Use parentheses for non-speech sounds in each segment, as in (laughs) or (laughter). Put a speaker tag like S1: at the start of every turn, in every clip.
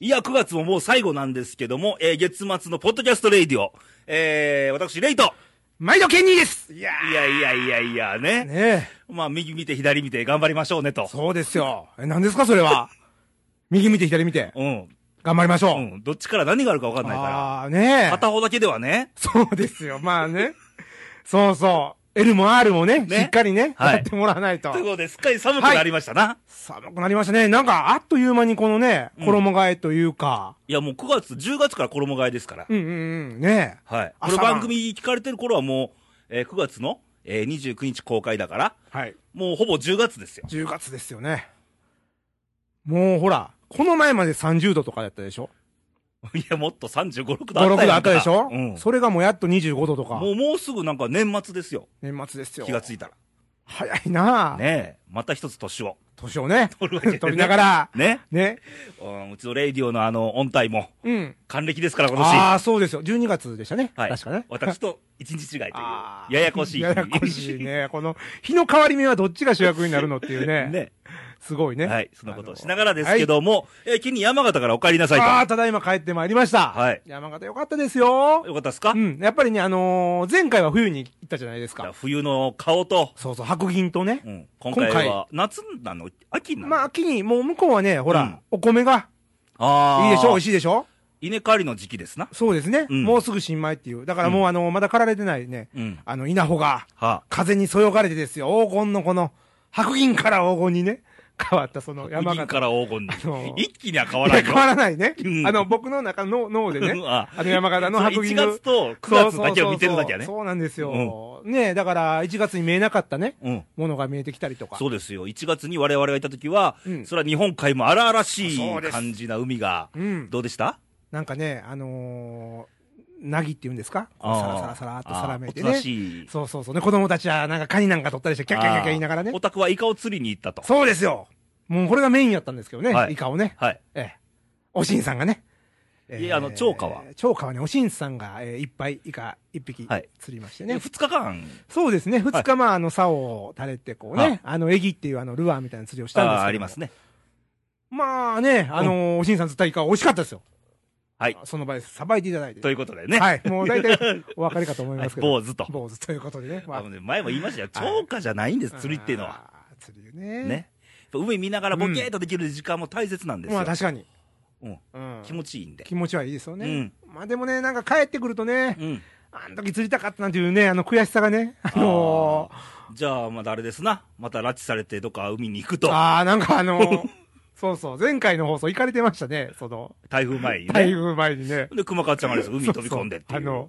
S1: いや、9月ももう最後なんですけども、えー月末のポッドキャストレイディオ、えー、私、レイト
S2: 毎度ケニーですいや
S1: いやいやいやいやね。
S2: ーねえ。
S1: まあ、右見て左見て頑張りましょうねと。
S2: そうですよ。え、何ですかそれ
S1: (laughs)
S2: は。右見て左見て。
S1: うん。
S2: 頑張りましょう。
S1: うん。どっちから何があるか分かんないか
S2: ああ、ねえ
S1: ら。。片方だけではね。
S2: そうですよ。まあね。そうそう。L も R もね、
S1: ね
S2: しっかりね、
S1: はい
S2: やってもらわないと
S1: という。ことで、すっかり寒くなりましたな。
S2: 寒くなりましたね。なんか、あっという間にこのね、
S1: ん
S2: 衣替えというか。
S1: い、や、もう9月、10月から衣替えですから。
S2: うんうんうん。ねえ。
S1: はい。こ
S2: 朝
S1: の
S2: 晩
S1: 番組聞かれてる頃はもう、えー9月の、えー29日公開だから、
S2: はい。
S1: もうほぼ10月ですよ。 (laughs)
S2: 10月ですよね。もうほら、この前まで30度とかだったでしょ
S1: いや、もっと35、6度あ
S2: ?5、
S1: った
S2: 6
S1: やん
S2: 度
S1: か
S2: あったでしょ
S1: うん。
S2: それがもうやっと25度とか
S1: も。うもうすぐなんか年末ですよ。
S2: 年末ですよ。
S1: 気がついたら。
S2: 早いなあ
S1: ねえ。また一つ年を。
S2: 年をね。
S1: 取るわけでね
S2: (laughs) 取りながら。
S1: ね。
S2: ね。
S1: うん、うちのレイディオのあの、音体も、
S2: うん。
S1: 還暦ですから今年。
S2: ああ、そうですよ。12月でしたね。
S1: はい。
S2: 確かね。
S1: 私と一日違いという
S2: あ。ー
S1: ややこしい。
S2: ややこしい。ね。この、日の変わり目はどっちが主役になるのっていうね。
S1: (laughs) ね。
S2: すごいね。
S1: はい。そんなことをしながらですけども、えー、近に山形からお帰りなさ
S2: あ
S1: い
S2: の。
S1: と。
S2: ああ、ただいま帰ってまいりました。
S1: はい
S2: 山形よかったですよ。
S1: よかったですか、
S2: う
S1: い
S2: ん。やっぱりね、あのー前回は冬に行ったじゃないです
S1: や
S2: か。
S1: 冬の顔と、
S2: そうそう、白銀とね。
S1: うん、今回は夏なの秋なの、
S2: まあ、秋に、もう向こうはね、ほら、
S1: うん
S2: お米が、
S1: あー
S2: いいでしょ美味しいでしょ
S1: 稲刈りの時期ですな。
S2: そうですね、
S1: うん
S2: もうすぐ新米っていう。だからもう、あのーまだ刈られてないね、
S1: うん
S2: あの、稲穂が、
S1: はあ、
S2: 風にそよがれてですよ、黄金のこの、白銀から黄金にね、変わったその山
S1: 山
S2: 形。
S1: から黄金に、
S2: のー
S1: 一気には変わ
S2: い
S1: ら
S2: や、
S1: んよ
S2: 変わらないね。
S1: うん、
S2: あの、僕の中の脳でね
S1: あ
S2: あの山形の白銀の。
S1: 1月と9月だけを見てるだけやね。
S2: そうそうそうそうなんですよ。ねだから、1月に見えなかったね、
S1: うん。
S2: ものが見えてきたりとか。
S1: そうですよ。1月に我々がいた時は、
S2: うん
S1: それは日本海も荒々し
S2: そう
S1: い
S2: です
S1: 感じな海が、
S2: うん。
S1: どうでした
S2: なんかね、あのー、なぎっていうんですかこう
S1: あー
S2: サラサラサラっと定めて
S1: あーおと
S2: ね
S1: な。しい。
S2: そうそうそう。ね、子供たちはなんかカニなんか取ったりして、キャッキャッキャッキャ言いながら
S1: あー
S2: ね
S1: お。宅はイカを釣りに行ったと。
S2: そうですよ。もうこれがメインやったんですけどね、
S1: はい
S2: イカをね。
S1: はい。
S2: ええ。おしんさんがね。
S1: いやあの釣果は
S2: 超川ね、おしんさんが、えーいっぱいイカ一匹
S1: はい
S2: 釣りましてね。
S1: ね、2日間、
S2: そうですね。二日、まあ、あの、竿を垂れて、こう
S1: はい
S2: ね、あの、エギっていうあの、ルアーみたいな釣りをし
S1: あ
S2: たんですけ
S1: ー
S2: ど。
S1: ありますね。
S2: まあね、あのー、おしんさん釣ったイカ美味しかったですよ。
S1: はい。
S2: その場でさばいていただいて。
S1: ということでね。
S2: はい。もう
S1: (laughs)
S2: 大体、お分かりかと思いますけど。
S1: はい坊主と
S2: 坊主ということでね。まあ
S1: あのね前も言いましたよ。
S2: はい
S1: 超過じゃないんです、釣りっていうのは。。
S2: あー釣りね。
S1: ね。海見ながらボケーっとできる時間も大切なんですよ。
S2: まあ確かに。
S1: うん
S2: うん
S1: 気持ちいいんで。
S2: 気持ちはいいですよね。まあでもね、なんか帰ってくるとね、
S1: うん。
S2: あの時釣りたかったなんていうね、あの悔しさがね、あの
S1: あーじゃあ、まだあれですな。また拉致されてどっか海に行く
S2: ー、
S1: と。
S2: ああ、なんかあの
S1: (laughs)
S2: ー、そうそう、前回の放送行かれてましたね、その、
S1: 台風前にね。
S2: 台風前にね。
S1: で、熊川ちゃんがあれです海に飛び込んでってい。
S2: そううそうあの、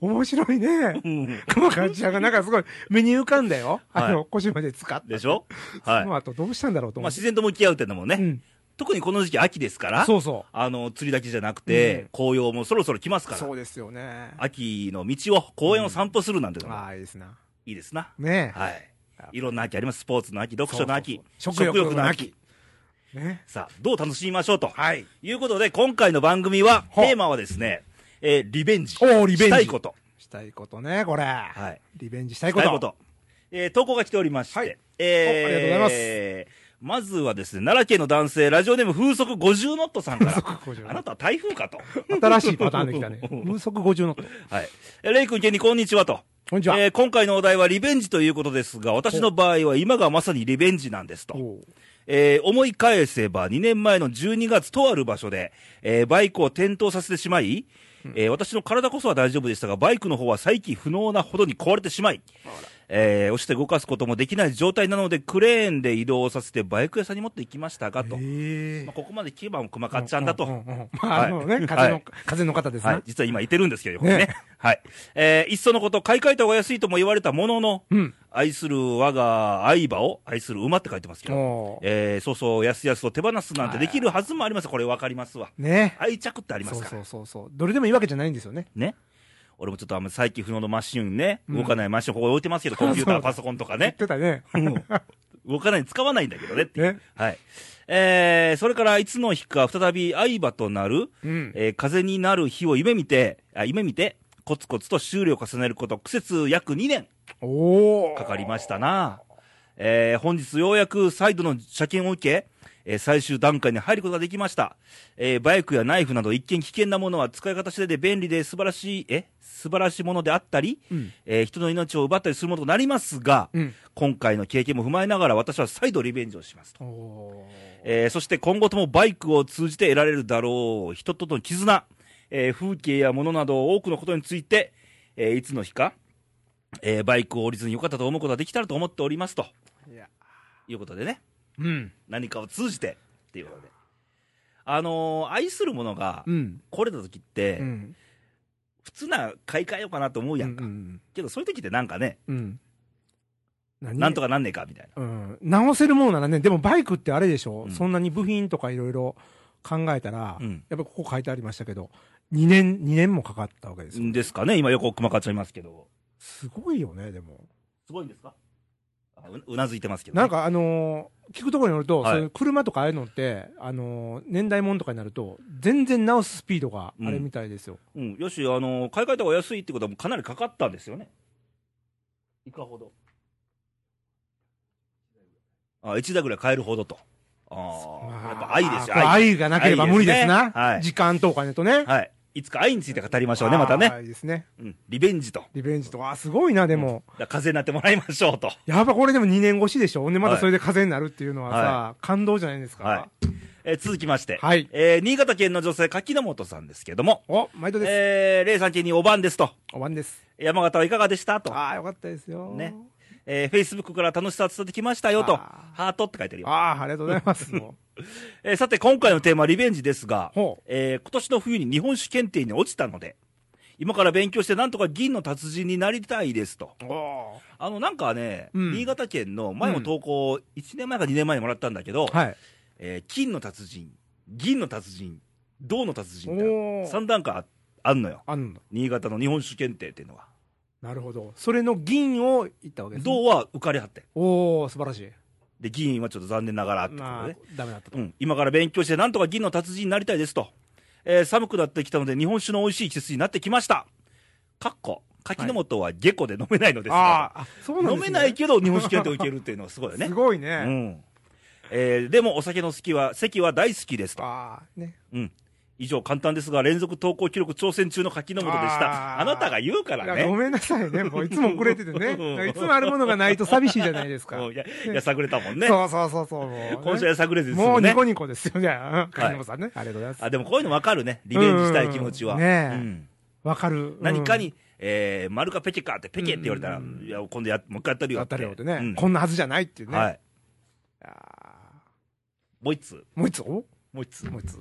S2: 面白いね
S1: う。ん
S2: 熊川ちゃん
S1: (laughs)
S2: がなんかすごい目に浮かんだよ。
S1: はい
S2: あの、腰まで使って。
S1: でしょはい。ま
S2: その後どうしたんだろうと
S1: あ
S2: 思って。
S1: 自然と向き合うっていうのもね、
S2: うん
S1: 特にこの時期秋ですから、
S2: そうそ
S1: あの、釣りだけじゃなくて、
S2: うん
S1: 紅葉もそろそろ来ます
S2: う。
S1: か
S2: そ
S1: ら、
S2: うですよね。
S1: 秋の道を、公園を散歩するなんてのも
S2: ああ、いいですな。
S1: いいですな。
S2: ねえ。
S1: はい。いろんな秋あります。スポーツの秋、読書の秋、
S2: そうそうそう食欲の秋。ね。
S1: さあ、どう楽しみましょうと。
S2: はい。
S1: いうことで、今回の番組は、
S2: ほう
S1: テーマはですね、えーリベンジ。
S2: おーリベンジ
S1: したいこと。
S2: したいことね、これ。
S1: はい。
S2: リベンジしたい
S1: したい
S2: こと。
S1: こと。えー投稿が来ておりまして、
S2: はい
S1: えー
S2: おありがとうござ
S1: います。まずはですね、奈良県の男性、ラジオネーム風速50ノットさんから。
S2: 風速50
S1: あなたは台風かと。。
S2: 新しいパターンできたね
S1: (laughs)
S2: 風速50ノット。
S1: はい。えーレイ君、ケニー、こんにちはと。
S2: こんにちは
S1: えー今回のお題はリベンジということですが、私の場合は今がまさにリベンジなんですと。
S2: おう
S1: えー思い返せば2年前の12月とある場所で、えーバイクを転倒させてしまい、えー私の体こそは大丈夫でしたが、バイクの方は再起不能なほどに壊れてしまい、えー押して動かすこともできない状態なので、クレーンで移動させてバイク屋さんに持って行きましたが、と。
S2: え
S1: まあ、
S2: え。
S1: ここまで聞けばもう熊かっちゃんだと。
S2: うううんうんまあ、あのね、
S1: は
S2: 風
S1: いは
S2: の
S1: い、
S2: 風の方です
S1: はい
S2: ね。。
S1: 実は今いてるんですけど、横にね。
S2: ね
S1: はい。えーいっそのこと、買い替えた方が安いとも言われたものの、
S2: うん
S1: 愛する我が相場を愛する馬って書いてますけど
S2: おー、
S1: えーそうそう、安々と手放すなんてできるはずもあります。これわかりますわ。
S2: ね。
S1: 愛着ってありま
S2: そ
S1: す
S2: う
S1: から。
S2: そうそうそう。どれでもいいわけじゃないんですよね。
S1: ね。俺もちょっとあんまり再起不能のマシンね、
S2: うん
S1: 動かないマシンここに置いてますけ
S2: (laughs)
S1: ど、コンピューター、パソコンとか
S2: 言っ (laughs)
S1: ね。
S2: てたね。
S1: うん動かない、使わないんだけどねっていう
S2: ね
S1: はい。えーそれからいつの日か再び相場となる、
S2: うん。
S1: えー風になる日を夢見て、あ夢見て、コツコツと修理を重ねること、苦節約2年
S2: おお。
S1: かかりましたな。えー本日ようやく再度の車検を受け、えー最終段階に入ることができました。えーバイクやナイフなど一見危険なものは使い方次第で便利で素晴らしい、え素晴らしいものであったり、
S2: うん
S1: えー人の命を奪ったりするものとなりますが、
S2: うん
S1: 今回の経験も踏まえながら私は再度リベンジをしますと。
S2: お
S1: えーそして今後ともバイクを通じて得られるだろう人との絆、えー風景や物など多くのことについて、えーいつの日か、えーバイクを降りずに良かったと思うことができたらと思っておりますと
S2: ーいや
S1: いうことでね
S2: うん
S1: 何かを通じてっていうことであのー愛するものが
S2: うん
S1: 来れた時って、
S2: うん
S1: 普通な買い替えようかなと思うやんか、
S2: うん
S1: けどそういう時ってなんかね
S2: うん何
S1: なんとかなんねえかみたいな
S2: うん、直せるものならね、でもバイクってあれでしょ、
S1: うん
S2: そんなに部品とかいろいろ考えたら、
S1: うん
S2: やっぱここ書いてありましたけど、2年、2年もかかったわけですよ。
S1: ですかね今横熊かっちゃいますけど
S2: すごいよね、でも。
S1: すごいんですかあううなずいてますけどね、
S2: なんかあのー聞くところによると、
S1: はい
S2: そういう車とかああいうのって、あのー年代もんとかになると、全然直すスピードがあれみたいですよ。
S1: うん、よし、あの買い替えた方が安いってことは、もうかなりかかったんですよね。いかほど。あ1台ぐらい買えるほどと。あ
S2: ま
S1: あ、
S2: あ
S1: やっぱ愛ですよ、
S2: これ
S1: 愛。
S2: 愛がなければ無理です
S1: 愛
S2: な。
S1: ですねはい
S2: 時間とお金とね。
S1: はい。いつか愛について語りましょうね、またね。
S2: 愛ですね。
S1: うん、リベンジと。
S2: リベンジとか、あすごいな、でも。
S1: だ風になってもらいましょうと。
S2: やっぱこれでも2年越しでしょ、ほんでま
S1: は
S2: た
S1: い
S2: それで風になるっていうのはさ、
S1: は
S2: 感動じゃないですか、
S1: はい。えー続きまして。
S2: はい
S1: えー新潟県の女性、柿の本さんですけども。
S2: お毎度です、
S1: えー、レイさん家におばんですと。
S2: おわんです、
S1: 山形はいかがでしたと。
S2: ああ、よかったですよ、
S1: ねえー、Facebook から楽しさ伝わってきましたよと。
S2: あ
S1: ハートって書いてあるよ。
S2: ああ、ありがとうございます、も
S1: えーさて、今回のテーマはリベンジですが
S2: ほう、
S1: えー今年の冬に日本酒検定に落ちたので、今から勉強してなんとか銀の達人になりたいです (laughs) と。
S2: うお
S1: あの、なんかね、
S2: うん
S1: 新潟県の前も投稿、1年前か2年前にもらったんだけど、
S2: ーはい、
S1: えー金の達人、銀の達人、銅の達人みたいな
S2: おー
S1: 3段階ああんのよ。
S2: あんの
S1: 新潟の日本酒検定っていうのは。
S2: なるほど、それの銀をいったわけです、ね、
S1: 銅は受かりはって。
S2: おお、素晴らしい、
S1: で、銀はちょっと残念ながらってことでね。
S2: まあ、だめだったと、
S1: うん、今から勉強して、なんとか銀の達人になりたいですと、えー寒くなってきたので、日本酒の美味しい季節になってきました。かっこ、柿の本は下戸で飲めないのですが、
S2: あーあ、そうなん
S1: 飲
S2: です、ね、
S1: めないけど、日本酒検定を受けるっていうのはすごいよね
S2: す。ごいうね、
S1: んえーでも、お酒の好きは、席は大好きですと。
S2: ああ、ね、
S1: うん以上、簡単ですが、連続投稿記録挑戦中の柿の本でした。
S2: あー
S1: あなたが言うから
S2: いやご
S1: ね。
S2: めんなさい
S1: (laughs)
S2: ね、もういつも遅れててね、
S1: うん
S2: いつもあるものがないと寂しいじゃないです
S1: (laughs)
S2: か、
S1: うんいや、いやさぐれたもんね。
S2: そうそうそうそう、もうね
S1: 今週はさぐれずに済
S2: も
S1: む
S2: うニ
S1: ね
S2: コ。ニコですよね。うん金本さんね。ありがとうございます。
S1: あ、でもこういうのわかるね。リベンジしたい気持ちは。
S2: うんねえ
S1: うん
S2: わかる。
S1: 何か
S2: うん、
S1: に、えー、丸かペケかって、ペケって言われたら、
S2: うん
S1: いや、今度や、もう一回やったるよ
S2: 当
S1: って。
S2: たるよって
S1: う
S2: ね
S1: ん。
S2: こんなはずじゃないっていうね。
S1: はい。
S2: あ
S1: もう一つ、
S2: ーもう一つお
S1: もう一つ。
S2: もう一つ。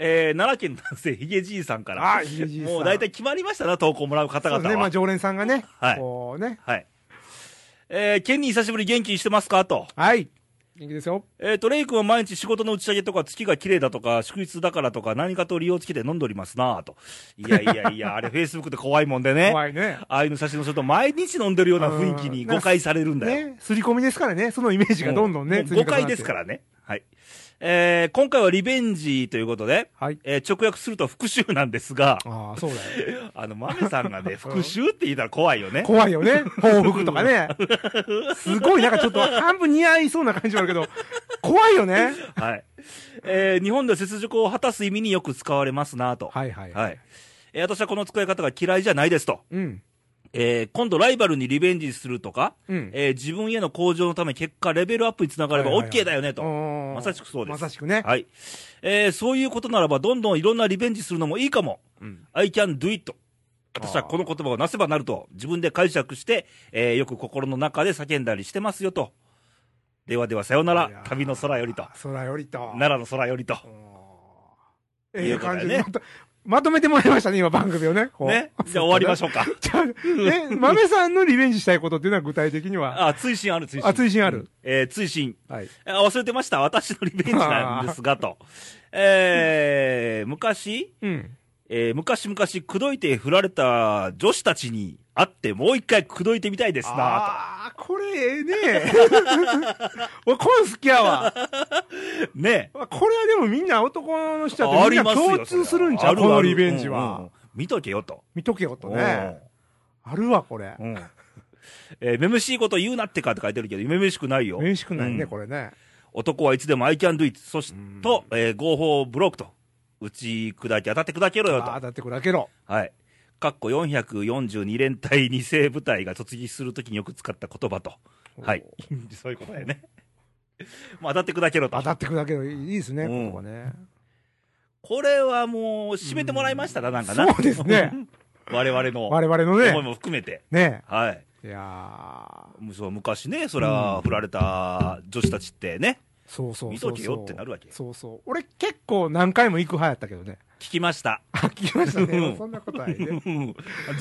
S1: えー、奈良県男性、ヒゲじいさんから。
S2: あーヒゲじいさん
S1: もう大体決まりましたな、投稿もらう方
S2: そう
S1: 々
S2: ですね。ま
S1: は。
S2: あ常連さんがね
S1: はい、
S2: こうね。
S1: はい。えー、ケンに久しぶり元気にしてますかと。
S2: はい。元気ですよ。
S1: えー、トレイ君は毎日仕事の打ち上げとか、月が綺麗だとか、祝日だからとか、何かと理由をつけて飲んでおりますなぁと。いやいや
S2: (laughs)
S1: いや、あれ、フェイスブックで怖いもんでね。
S2: 怖いね。
S1: ああいうの写真をすると、毎日飲んでるような雰囲気に誤解されるんだよ。
S2: ね。すり込みですからね。そのイメージがどんどんね。。
S1: もう誤解ですかららね。はい。えー、今回はリベンジということで、
S2: はい。
S1: えー直訳すると復讐なんですが、
S2: ああ、そうだよ。
S1: あの、マメさんが
S2: (laughs)
S1: ね、復讐って言ったら怖いよね。
S2: 怖いよね。報復とか
S1: (laughs)
S2: ね。すごい、なんかちょっと半分似合いそうな感じもあるけど、怖いよね。
S1: はい。えー日本では雪辱を果たす意味によく使われますなと。
S2: はいはい。
S1: はい。えー私はこの使い方が嫌いじゃないですと。
S2: うん。
S1: えー今度ライバルにリベンジするとか、
S2: うん
S1: えー自分への向上のため結果レベルアップにつながれば
S2: はいはいはい
S1: OK だよねと。
S2: おー
S1: まさしくそうです。
S2: まさしくね。
S1: はい。えーそういうことならば、どんどんいろんなリベンジするのもいいかも。I can do it. 私はこの言葉をなせばなると、自分で解釈して、えーよく心の中で叫んだりしてますよと。ではでは、さようない
S2: や
S1: ら、
S2: ー
S1: 旅の空よりと。
S2: 空よりと。
S1: 奈良の空よりと。
S2: ええ感じ
S1: い
S2: で
S1: う
S2: ま
S1: こと
S2: まとめてもらいましたね、今番組をね。
S1: ね。じゃあ終わりまし
S2: ょう。
S1: ょうか。
S2: じゃあ、え、豆さんのリベンジしたいことっていうのは具体的には。
S1: あ、追伸ある、追伸。
S2: (laughs) あ追伸ある
S1: うん。えー追伸。
S2: はい。
S1: あ忘れてました。私のリベンジなんですが、と。えー昔、
S2: うん。
S1: えー昔々、口説いて振られた女子たちに会って、もう一回口説いてみたいですな、と。
S2: ああ、これええね (laughs) 俺、これ好きやわ。
S1: ね
S2: これはでもみんな男の人
S1: あ
S2: はみ
S1: り
S2: んな
S1: ますよ。
S2: 共通するんちゃ
S1: あ
S2: う
S1: る
S2: こ
S1: あ
S2: の
S1: る
S2: リベンジ
S1: うんう
S2: は
S1: ん。見とけよと。
S2: 見とけよとね。あるわ、これ。
S1: うんうん (laughs) えー、めめしいこと言うなってかって書いてるけど、めめしくないよ。
S2: 面しくないね、
S1: うん
S2: これね。
S1: 男はいつでも I can do it。そし
S2: うん
S1: と、えー合法ブロックと。打ち砕き、当たって砕けろよ
S2: ああ、
S1: と。
S2: だってこれだけど。
S1: はい。かっこ442連隊二世部隊が突撃するときによく使った言葉と。はい。そういうことだよね。 (laughs) まあ当たって砕けろと
S2: 当。たってくだけど、いいですね、
S1: うん
S2: ここね。
S1: これはもう、締めてもらいましたな、なんかな。
S2: そうですね。
S1: (laughs) 我々の
S2: 我々の
S1: 思い
S2: ね、
S1: も含めて。
S2: ね。
S1: はい。
S2: いやー
S1: むそう昔ね、そら、振られた女子たちってね、
S2: そうそう
S1: 見
S2: そ
S1: と
S2: う
S1: け
S2: そう。
S1: よってなるわけ
S2: そうそう。俺結構何回も行く派やったけどね。
S1: 聞きま
S2: (laughs)
S1: した。
S2: あ、聞きました
S1: う
S2: ね。
S1: ん
S2: そんなことないね。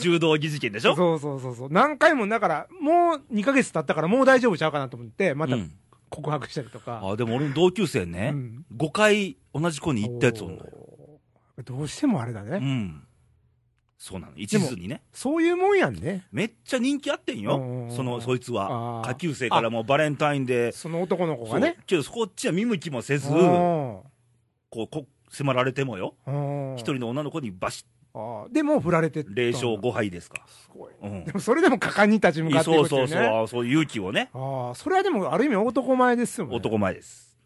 S1: 柔道着事件でしょ
S2: そうそうそうそう。何回も、だから、もう2ヶ月経ったからもう大丈夫ちゃうかなと思って、また
S1: うん
S2: 告白したりとか。
S1: あ、でも俺の同級生
S2: う
S1: ね、
S2: ん
S1: 5回同じ子に行ったやつおんのよ。
S2: おーどうしてもあれだね。
S1: うん。そうなの。一途にね。
S2: そういうもんやんね。
S1: めっちゃ人気あってん
S2: うんうん
S1: よ
S2: う。ん
S1: その、そいつは
S2: あ。ー
S1: 下級生からもうバレンタインで。
S2: その男の子
S1: そ
S2: が
S1: う
S2: ね。。
S1: けど、こっちは見向きもせず、
S2: うん
S1: こう、こ迫られてもよ。
S2: うん
S1: 一人の女の子にバシ
S2: あーでも振られて
S1: ッ、0勝5敗ですか。
S2: すごい。
S1: うん
S2: で。もそれでも果敢に立ち向かってい
S1: そ
S2: く
S1: う
S2: ってい
S1: そうう
S2: ね。
S1: そう、あーそう勇気をね、
S2: ああ、それはでもある意味男前ですよね。
S1: 男前です。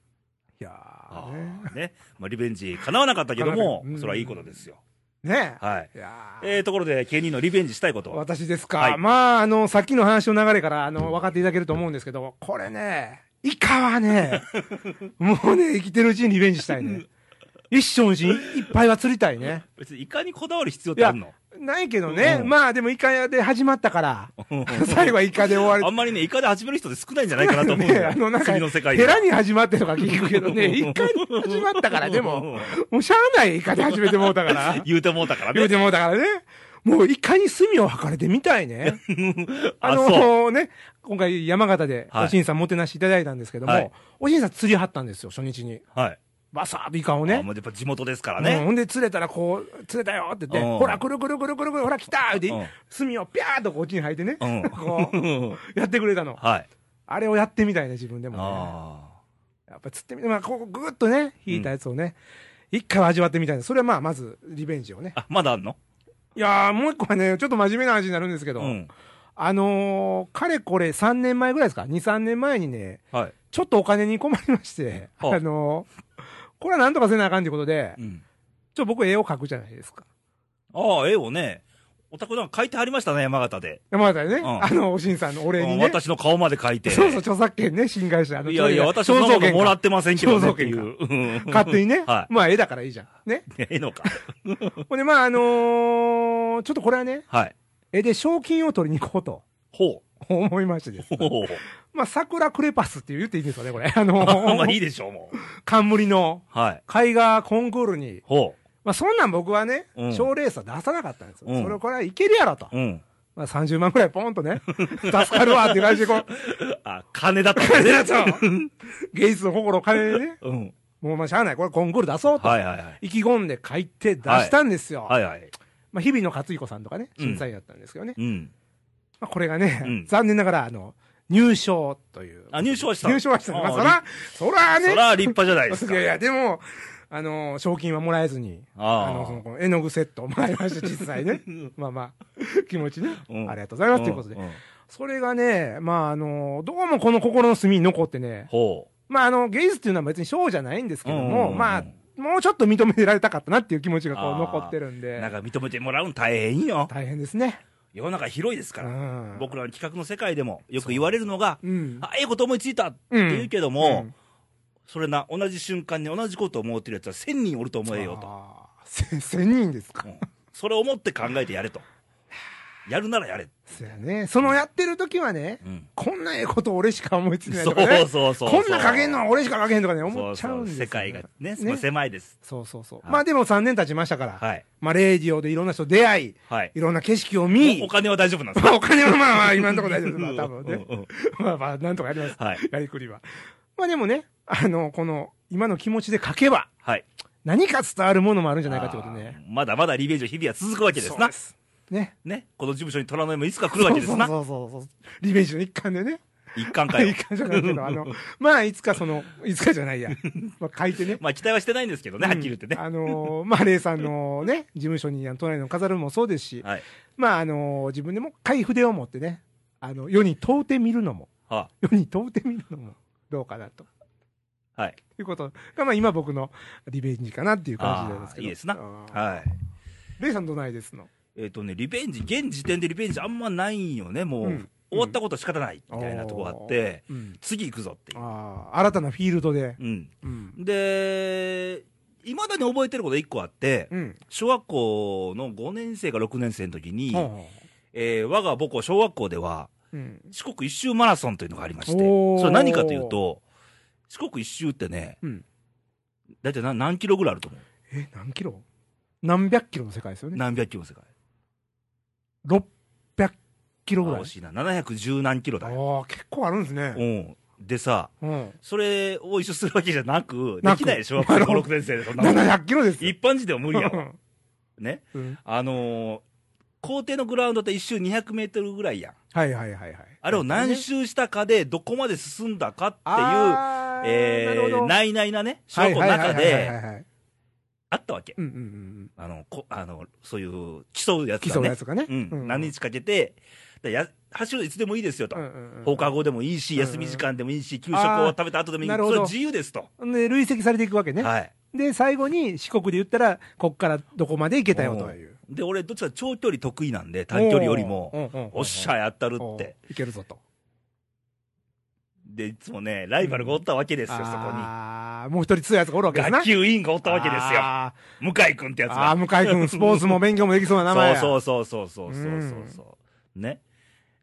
S2: いや
S1: あ
S2: ーね。
S1: ーね。まあ、リベンジ、叶わなかったけども
S2: 叶わなかっ、た
S1: それはいいことですよ。
S2: ねえ。
S1: はい。
S2: いやー
S1: えー、ところで、芸人のリベンジしたいことは。
S2: 私ですか、
S1: はい
S2: まあ、あの、さっきの話の流れから、あの、分かっていただけると思うんですけど、これね、イカはね、 (laughs) もうね、生きてるうちにリベンジしたいね。一生のうちにいっぱいは釣りたいね。
S1: 別に、イカにこだわる必要ってあるの
S2: ないけどね、
S1: うん
S2: まあでもイカで始まったから、最後はイカで終わ
S1: あ
S2: る。
S1: んまりね、イカで始める人って少ないんじゃないかなと思うん
S2: ね、
S1: だ
S2: あの、
S1: よ。
S2: なんか、
S1: 次の世界で
S2: ヘ。ラに始まってとか聞くけど
S1: (laughs)
S2: ね、イカに始まったから、でも、もうしゃあないイカで始めてもうたから。
S1: 言うてもうたから
S2: 言う
S1: ね。
S2: てもうだからね、もういかに隅を測れてみた
S1: (laughs)
S2: いね。あ
S1: あ、
S2: の
S1: そう。
S2: ね、今回山形で
S1: はい
S2: おしんさんもてなしいただいたんですけども、
S1: はい
S2: おしんさん釣り張ったんですよ、初日に。
S1: はい。
S2: バサーっとイカを
S1: ね。
S2: ね。
S1: もうやっぱ地元ですから
S2: うん
S1: ね。
S2: ほんで釣れたらこう、釣れたよって言って、
S1: うん
S2: ほら、くるくるくるくるくる、ほら来たって
S1: うん、
S2: 墨をピャーっとこっちに吐いてね、
S1: うん
S2: こう、
S1: うん
S2: やってくれた
S1: (laughs)
S2: の。
S1: はい。
S2: あれをやってみたいね、自分でもね。
S1: あ
S2: やっぱ釣ってみて、まあ、こう、ぐーっとね、引いたやつをね、一回は味わってみたいな。それはまあ、まず、リベンジをね
S1: ー。あ。まだあんの
S2: いやー、もう一個はね、ちょっと真面目な話になるんですけ
S1: う
S2: ど、
S1: ん。
S2: あのー、かれこれ3年前ぐらいですか ?2、3年前にね、
S1: はい。
S2: ちょっとお金に困りまして、あ
S1: はあ
S2: のー、これはなんとかせなあかんということで、ちょっ
S1: うん
S2: と僕絵を描くじゃないですか。
S1: ああ、絵をね、お宅なんか書いてありましたね、山形で。
S2: 山形でね、
S1: ん
S2: あの、おしんさんのお礼に
S1: うん
S2: ね。
S1: 私の顔まで書いて。
S2: そうそう、著作権ね、侵害者。あの
S1: いやいや、私
S2: 肖
S1: の
S2: 像
S1: も
S2: 権
S1: もら
S2: が
S1: ってませんけどねってい
S2: 肖
S1: う。うん
S2: 勝手にね、
S1: は
S2: まあ絵だからいいじゃん。ね。
S1: (laughs) い。ええのか。
S2: ほんで、まあ、あのー、ちょっとこれはね、
S1: はい。
S2: 絵で賞金を取りに行こうと (laughs)
S1: ほ
S2: 思いましてです
S1: う。(laughs)
S2: ね、
S1: ほう。
S2: まあ、桜クレパスって言っていいんですよね、これ。あの
S1: (laughs)
S2: ー、
S1: まあいいでしょう、もう。
S2: 冠の
S1: はい。
S2: 絵画コンクールに、
S1: ほ
S2: まあ、そんなん僕はね
S1: うん、
S2: 賞、レースは出さなかったんですよ。
S1: うん
S2: それをこれはいけるやろと。
S1: う。うん。
S2: まあ、30万くらいポン
S1: (laughs)
S2: とね、助かるわっていう感じでこう、
S1: あ、金だったんだ
S2: 金
S1: ね。
S2: だと。芸術の心を金でね、
S1: うん。
S2: もうまあしゃあない、これコンクール出そうと。
S1: はいはいはい。
S2: 意気込んで書いて出したんですよ。
S1: はいはい。
S2: まあ、日々の勝彦さんとかね、
S1: うん
S2: 審査員だったんですけどね。
S1: うん。
S2: まあ、これがね、
S1: うん
S2: 残念ながら、あの、入賞という。
S1: あ入賞はした
S2: 入賞はした。まあ、
S1: あ
S2: そら、そらね。
S1: そら立派じゃないです
S2: い
S1: か
S2: や。いや、でも、あの、賞金はもらえずに、
S1: あー
S2: あの、その、この絵の具セットを (laughs) もらいました、実際ね。まあまあ、気持ちね、
S1: うん
S2: ありがとうございます、ということで
S1: ん。ん
S2: それがね、まああの、どうもこの心の隅に残ってね、
S1: ほ
S2: まああの、芸術っていうのは別に賞じゃないんですけど
S1: うんうん
S2: も、
S1: うん
S2: まあ、もうちょっと認められたかったなっていう気持ちがこ
S1: あ
S2: う
S1: ー
S2: 残ってるん
S1: う。なん
S2: で、
S1: か認めてもらうの大変よ。
S2: 大変ですね。
S1: 世の中広いです
S2: う
S1: から。
S2: ん。
S1: 僕らの企画の世界でもよく言われるのが、
S2: うん。
S1: あ、ええこと思いついたって言うけど
S2: う
S1: も
S2: ん、
S1: それな、同じ瞬間に同じことを思ってるやつは1000人おると思えよと。
S2: あーせ千人ですか
S1: う。んそれを思って考えてやれと。やるならやれ。
S2: そうやね。そのやってる時はね、
S1: うん
S2: こんなええこと俺しか思いついてない
S1: そ
S2: と
S1: う
S2: かね。
S1: そうそう。
S2: こんな書けんのは俺しか書けへんとかね、
S1: そ
S2: 思っ
S1: う
S2: ちゃ
S1: そうう。
S2: んですよ、
S1: 世界がね、すごい
S2: ね
S1: 狭いです。
S2: そうそうそう。
S1: はい
S2: まあでも3年経ちましたから、
S1: はい。
S2: まあレディオでいろんな人出会い、
S1: はい
S2: い。ろんな景色を
S1: お
S2: 見
S1: お、金は大丈夫なんです
S2: ま
S1: か
S2: あお金はまあまあ今のところ大丈夫です。まあ多分ね。 (laughs)
S1: うんうん
S2: まあまあなんとかやります。
S1: はい。
S2: やりくりは。まあでもね、あの、この今の気持ちで書けば
S1: はい。
S2: 何か伝わるものもあるんじゃないかってことね。
S1: あー。まだまだリベンジの日々は続くわけですな。
S2: す。ね。
S1: ね。この事務所に虎の絵もいつか来るわけですな。
S2: そうそうそうそう。リベンジの一環でね。
S1: 一貫かよ
S2: 一。環じゃないけど、
S1: (laughs)
S2: あの、まあいつかその、いつかじゃないや。まあ書いてね。
S1: まあ期待はしてないんですけどね、はっきり言ってね
S2: うん。あのーまあ、レイさんのね、事務所にあの隣の飾るもそうですし、
S1: はい。
S2: まあ、あのー自分でも買い筆を持ってね、あの、世に問うてみるのも、 (laughs)
S1: は
S2: 世に問うてみるのも、どうかなと。
S1: あ、はい。
S2: いうことが、まあ今僕のリベンジかなっていう感じなんですけ
S1: あーい
S2: ど。
S1: いですな
S2: あー
S1: はい。
S2: レイさんどないですの
S1: えっ、とね、リベンジ、現時点でリベンジあんまないんよね、もう。
S2: うん
S1: 終わったことは仕方ない、みたいなとこあって、
S2: うん
S1: 次行くぞっていう。
S2: ああ、新たなフィールドで。
S1: うん。
S2: うん。
S1: で、いまだに覚えてること1個あって、
S2: うん。
S1: 小学校の5年生か6年生の時に、
S2: ほ
S1: えー我が母校小学校では、
S2: ううん。
S1: 四国一周マラソンというのがありまして、
S2: おー
S1: それは何かというと、四国一周ってね、
S2: うん。
S1: だいたい何何キロぐらいあると思う
S2: え、何キロ何百キロの世界ですよね。
S1: 何百キロの世界。
S2: 600キロぐらい
S1: あ惜。しいな。710何キロだよ。
S2: ああ、結構あるんですね。
S1: うん。でさ、
S2: うん。
S1: それを一緒するわけじゃなく、
S2: なく
S1: できないでしょ、小学校5、6年生でそん
S2: (laughs)
S1: なこと。
S2: 700キロですよ。
S1: 一般人では無理やわ。ね。
S2: うん
S1: あのー、校庭のグラウンドって一周200メートルぐらいやん。
S2: はいはいはいはい。
S1: あれを何
S2: っ
S1: 周したかで、どこまで進んだかっていう、
S2: て
S1: え
S2: なるほ
S1: ー、
S2: ど
S1: ないないなね、小学校の中
S2: はいはいはい
S1: で
S2: はいはいはい
S1: あったわけ。
S2: うんうんうん
S1: あの、こあのそういう競うや
S2: 基
S1: つだ
S2: 礎のや
S1: ね。
S2: つがね。
S1: うん、何日かけて、だや走るいつでもいいですよと。
S2: うん
S1: 放課後でもいいし、
S2: うんうん
S1: 休み時間でもいいし、給食を食べた後でもいい。
S2: あーなるほ
S1: そ
S2: ど
S1: れは自由ですと。
S2: うん。で、累積されていくわけね。
S1: はい。
S2: で、最後に四国で言ったら、こっからどこまで行けたよという。
S1: で、俺、どっちか長距離得意なんで、短距離よりも、
S2: うんうんうんうん、
S1: おっしゃやったる
S2: お
S1: っ
S2: う
S1: て。。
S2: いけるぞと。
S1: で、いつもね、ライバルがおったわけですよ、そこに。
S2: ああ、もう一人強いやつがおるわけですな。
S1: 学級委員がおったわけですよ。
S2: あ
S1: 向井君ってや
S2: ー
S1: つが。
S2: あー、向井君、スポーツも勉強もできそうな名前や。
S1: そううそうそうそうそうそうそうそう。ね。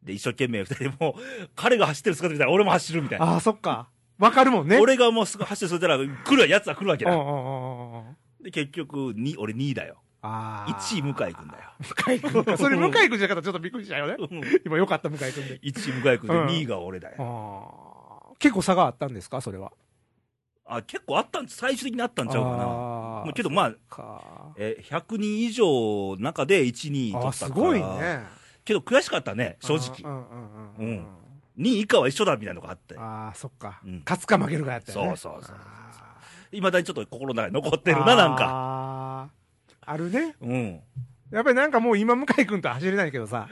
S1: で、一生懸命二人でもう、彼が走ってる姿見たら俺も走るみたいな。
S2: ああ、そっか。わかるもんね。
S1: 俺がもうすぐ走ってる姿見たら、来るわ、奴は来るわけ
S2: うんう
S1: だ。
S2: んうんうんうん。
S1: で、結局、に俺2位だよ。
S2: ああ。
S1: 1位向井君だよ。
S2: 向井君か。 (laughs) それ向井君じゃなかったらちょっとびっくりしたよね。今よかった向井君で。
S1: 1位向井君で
S2: うん
S1: 2位が俺だよ。
S2: ああ。結構差があったんですかそれは。
S1: あ、結構あったん、最終的にあったんちゃうかな。
S2: あ
S1: も
S2: あ
S1: う。けどまあ、
S2: か。
S1: えー100人以上の中で1、2位
S2: あ
S1: 取
S2: あ、
S1: った
S2: す
S1: から。
S2: ごいね。
S1: けど悔しかったね、正
S2: う
S1: 直。
S2: んうんうんうんうん。
S1: 2位以下は一緒だみたいなのがあって。
S2: ああ、そっか
S1: うん。
S2: 勝つか負けるかやったよね。
S1: そうそうそうそう
S2: あー
S1: いまだにちょっと心の中に残ってるな、なんか。
S2: あーあるね。
S1: うん。
S2: やっぱりなんかもう今向井君とは走れないけどさ。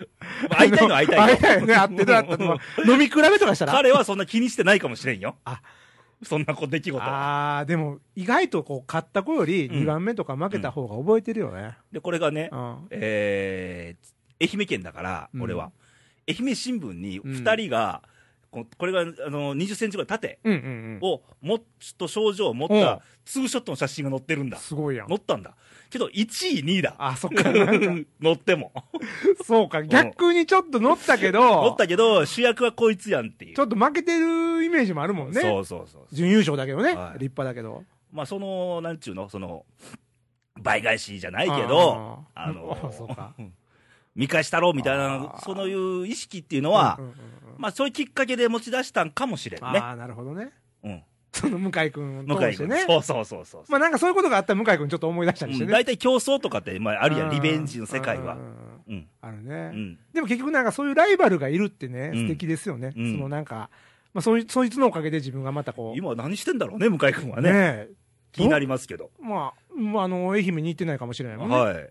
S1: まあ会いたいのは会いたいよ。
S2: 会いたいよね。会ってたったと
S1: (laughs)
S2: か。飲み比べとかしたら。
S1: 彼はそんな気にしてないかもしれんよ。
S2: あ
S1: そんなこ出来事。
S2: ああ、でも意外とこう、勝った子より
S1: うん
S2: 2番目とか負けた方が覚えてるよね。
S1: で、これがね
S2: う、ん。
S1: えー、愛媛県だから、
S2: うん
S1: 俺は。愛媛新聞に2人が、ここれが、あの、20センチぐらい縦
S2: うんうん
S1: を、もっと症状を持っ
S2: うん
S1: た、ツーショットの写真が載ってるん
S2: うん。
S1: だ。
S2: すごいやん
S1: 載。ったんだ。けど、1位、2位だ。
S2: あ、そっか。なんか
S1: (laughs) 乗っても。
S2: そうか。逆にちょっと乗ったけど、
S1: 乗ったけど、主役はこいつやんっていう。
S2: ちょっと負けてるイメージもあるもんね。
S1: そうそうそう。
S2: 準優勝だけどね。
S1: はい
S2: 立派だけど。
S1: まあ、その、なんちゅうの、その、倍返しじゃないけ
S2: うん
S1: ど、あ
S2: うん (laughs) そう
S1: の
S2: か、
S1: 見返したろうみたい
S2: あ
S1: な、
S2: ー
S1: そういう意識っていうのは
S2: うんうんうん、
S1: まあ、そういうきっかけで持ち出したんかもしれんね
S2: あ。あ、なるほどね。
S1: うん。
S2: その向井君を
S1: 向
S2: 通
S1: 井
S2: して
S1: 君
S2: ね。
S1: そうそうそうそう。
S2: まあなんかそういうことがあったら向井君ちょっと思い出したりし
S1: う
S2: て
S1: ん
S2: ね。
S1: 大体競争とかって、まあ、あるや、
S2: うんん
S1: リベンジの世界は
S2: うんう。ん
S1: うん。
S2: ある
S1: う
S2: ね、
S1: ん。
S2: でも結局なんかそういうライバルがいるってね、
S1: うん
S2: 素敵ですよね。
S1: うん
S2: そのなんか、まあそういう、そいつのおかげで自分がまたこう。
S1: 今何してんだろうね、向井君はね。
S2: ねえ
S1: 気になりますけど。
S2: まあ、まあ、あの、愛媛に行ってないかもしれないもんね。
S1: はい。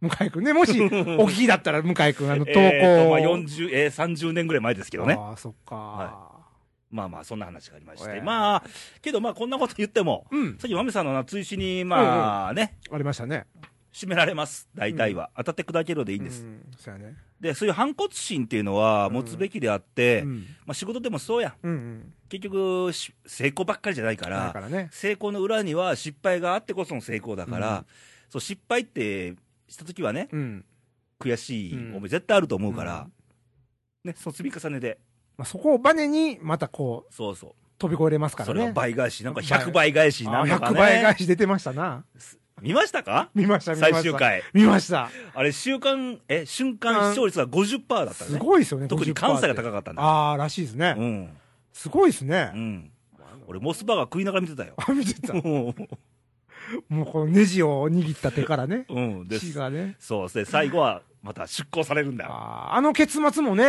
S2: 向井君ね。も
S1: (laughs)
S2: し、お聞きだったら向井君、あの、投稿を。
S1: えーとまあ、40、えー、30年ぐらい前ですけどね。
S2: ああ、そっか、
S1: はまあまあ、そんな話がありまして。
S2: えー
S1: まあ、けどまあ、こんなこと言っても、
S2: うん。
S1: さっき、まめさんのな追試に、まあね、
S2: ありましたね。
S1: 締められます。大体は。当たって砕けるのでいいんです。
S2: うんそうやね。
S1: で、そういう反骨心っていうのは持つべきであって、
S2: うん。
S1: まあ仕事でもそうやん。
S2: うんうん。
S1: 結局、し成功ばっかりじゃないか
S2: だ
S1: ら、
S2: からね。
S1: 成功の裏には失敗があってこその成功だから、
S2: うん
S1: そう、失敗ってした時はね、
S2: うん。
S1: 悔しい
S2: うん
S1: 思い絶対あると思うから
S2: う、
S1: ね、その積み重ねで、
S2: まあ、そこをバネに、またこう、
S1: そうそう。
S2: 飛び越えれますから
S1: そ
S2: ね。
S1: れが倍返し、なんか100倍返し、なんだか
S2: 100
S1: ね。
S2: 倍返し出てましたな。
S1: (laughs) 見ましたか
S2: 見ました、見ま
S1: 最
S2: した。
S1: 終。回。
S2: 見ました。
S1: あれ、週間、え、瞬間視聴率が50%だった
S2: す
S1: ね。
S2: ごいですよね、
S1: 特に関西が高
S2: い。
S1: かったんだ。
S2: ああ、らしいですね。
S1: うん。
S2: すごいです
S1: う
S2: ね。
S1: ん。俺、モスバーガー食いながら見てたよ。
S2: あ、見てた。
S1: う
S2: もうこのネジを握った手からね。
S1: ん。で
S2: 血がね。
S1: そうで、最後はまた出航されるんだよ。
S2: あーあの結末も
S1: う
S2: ね、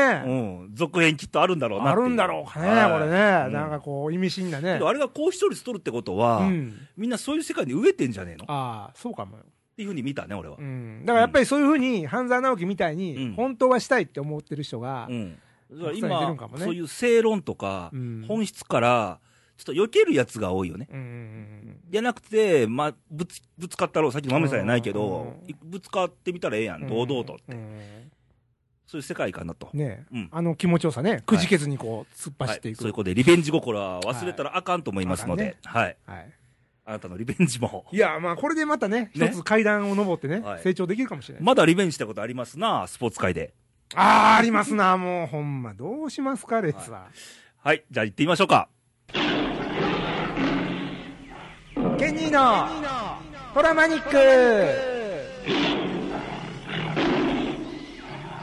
S1: ん。続編きっとあるんだろうな
S2: あ
S1: っていう。
S2: るんだろうかね、
S1: はい
S2: これね。
S1: うん
S2: なんかこう、意味深だ
S1: け
S2: ね
S1: ど。あれが高視聴率取るってことは
S2: う、ん。
S1: みんなそういう世界に飢えてんじゃねえのっ
S2: ああ、そうかもよ。
S1: ていうふうに見たね、俺は
S2: う。ん。だからやっぱりそういうふうに、半沢直樹みたい
S1: うん
S2: に、本当はしたいって思ってる人が
S1: う、ん。だから
S2: たくさんいてるんか
S1: 今、
S2: もね
S1: そういう正論とか
S2: うん、
S1: 本質から、ちょっと避けるやつが多いよね。
S2: うんうんうん
S1: じゃなくて、まあ、ぶつ、ぶつかったろう、さっきの豆さんじゃないけど
S2: う、
S1: いぶつかってみたらええや、
S2: うんん
S1: 堂々とって。
S2: うん
S1: そういう世界観だと。
S2: ねえ
S1: うん
S2: あの気持ちよさね、くじけずにこう、突っ
S1: は
S2: 走
S1: い
S2: っていく。
S1: そういうことで、リベンジ心は忘れたらあかんと思いますの
S2: はい
S1: で、はい。
S2: はい
S1: あなたのリベンジも。
S2: いや、まあ、これでまたね、
S1: ね
S2: 一つ階段を登ってね
S1: はい、
S2: 成長できるかもしれない。
S1: まだリベンジしたことありますな、スポーツ界で。
S2: あー、ありますな、もう、ほんま、どうしますか、レッツは。
S1: はい、じゃあ行ってみましょうか。
S2: ケニーの、トラマニック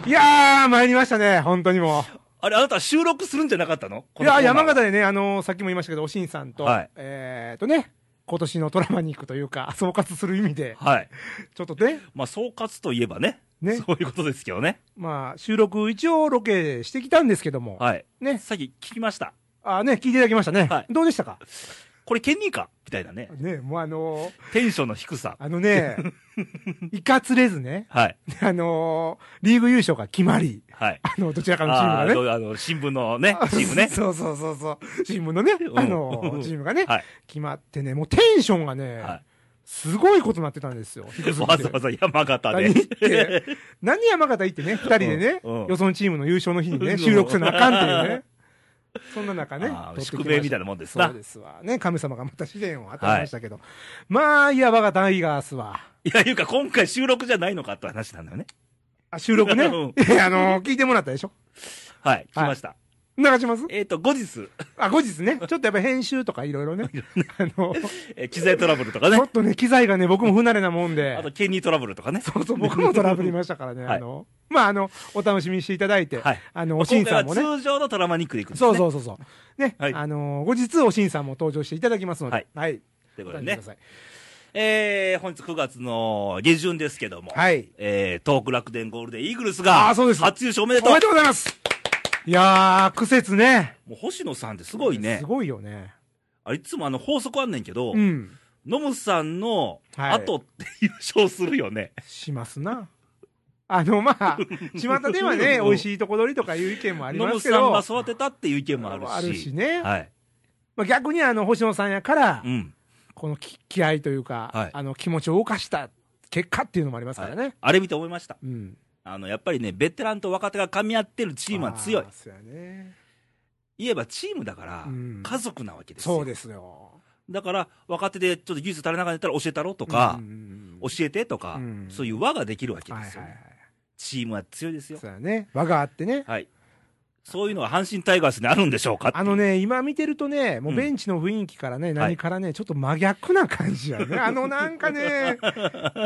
S2: いやー、参りましたね、本当にもう。
S1: あれ、あなた収録するんじゃなかったの
S2: いや、山。
S1: このコーナー
S2: 形でね、あのさっきも言いましたけど、おしんさんと、
S1: はい
S2: えーとね、今年のトラマニックというか、総括する意味で、
S1: はい。
S2: ちょっとね、
S1: まあ、総括といえばね。
S2: ね
S1: そういうことですけどね。
S2: まあ、収録、一応ロケしてきたんですけども、
S1: はい。
S2: ね、
S1: さっき聞きました。
S2: あーね、聞いていただきましたね。
S1: はい
S2: どうでしたか
S1: これ、ケニーかみたいなね。
S2: ね、もうあのー
S1: テンションの低さ。
S2: あ
S1: (laughs)
S2: のね、いかつれずね、
S1: はい。
S2: あのーリーグ優勝が決まり、
S1: はい。
S2: あの、どちらかのチーム
S1: あ
S2: が
S1: ー
S2: ね
S1: ど、うあの、新聞のね、 (laughs) チームね。
S2: そうそうそうそう。チームのね、
S1: うん
S2: (laughs) あのー、チームがね、
S1: はい。
S2: 決まってね、もうテンションがね、
S1: は
S2: すごいことになってたんですよ。低
S1: い。
S2: すぎて
S1: (laughs) わざわざ山形
S2: 何
S1: で
S2: 行。って、何山形行ってね、二人でね、
S1: うんうん
S2: よそのチームの優勝の日にね、収録せなあかんっていうね。そんな中ね
S1: (laughs) あー、
S2: 撮ってきま
S1: 宿命みたいなもんですな
S2: そうですわ。ね、神様がまた試練を与えましたけど。まあ、いわばがタイガースは。
S1: いや、いうか、今回収録じゃないのかって話なんだよね。
S2: あ、収録ね。
S1: (laughs) うん
S2: いやあのー聞いてもらったでしょ
S1: はい。聞きました。
S2: 流します
S1: えっと、後日、
S2: あ、後日ね。ちょっとやっぱ編集とかいろ
S1: (laughs)
S2: いろね。あの、ち
S1: えー機材トラブルとかね
S2: ょ。っとね、機材がね、僕も不慣れなもんで
S1: あ。と、ケニートラブルとかね。
S2: そうそう、僕もトラブりましたからね。
S1: はい
S2: あの、まあ、あの、お楽しみにしていただいて。
S1: はい
S2: あの、
S1: まあ
S2: おしんさんもね
S1: 今。回は通常のトラマニックでいくんですね。。
S2: そうそううそうそう。ね。
S1: はい
S2: あの、後日おしんさんも登場していただきますの
S1: はい
S2: で。はい。
S1: という
S2: ご
S1: こと
S2: 覧く
S1: で
S2: だ
S1: ね。
S2: さい。
S1: えー、本日9月の下旬ですけども。
S2: はい。
S1: えー、東北楽天ゴールデンイーグルス
S2: あ
S1: が、
S2: ーそうです
S1: 初優勝おめで
S2: お
S1: とう
S2: めでとうございますいやー、苦節ね。
S1: もう星野さんってすごいね
S2: す。ごいよね。
S1: あいつもあの法則あんねんけど、
S2: うん。
S1: ノムさんの
S2: はい
S1: 後って優勝するよね。
S2: しますな。あの、ま
S1: (laughs)
S2: あ、巷ではね、美味しいとこ取りとかいう意見もあり
S1: ノ
S2: ま
S1: ム
S2: すけ
S1: さん
S2: ど
S1: が。育てたっていう意見もあるし。
S2: あるしね
S1: はい。
S2: まあ、逆にあの星野さんやから、
S1: うん。
S2: このき気合というか、
S1: はい
S2: あの気持ちを動かした結果っていうのもありますからね。
S1: あれ見て思いました。
S2: うん。
S1: あの、やっぱりね、ベテランと若手が噛み合ってるチームは強い
S2: あー。そうやね。
S1: 言えばチームだから
S2: うん、
S1: 家族なわけですよ。
S2: そうですよ。
S1: だから、若手でちょっと技術足りなかったら教えたろとか
S2: うん、うんうん
S1: 教えてとか
S2: うん、
S1: そういう輪ができるわけ
S2: は
S1: で
S2: い
S1: す
S2: はい
S1: よ
S2: は
S1: ね。
S2: い。
S1: チームは強いですよ。
S2: そうやね。輪があってね。
S1: はい。そういうのは阪神タイガースにあるんでしょうかっていう
S2: あのね、今見てるとね、もううんベンチの雰囲気からね、
S1: はい
S2: 何からね、ちょっと真逆な感じ
S1: (laughs)
S2: やね。あのなんかね、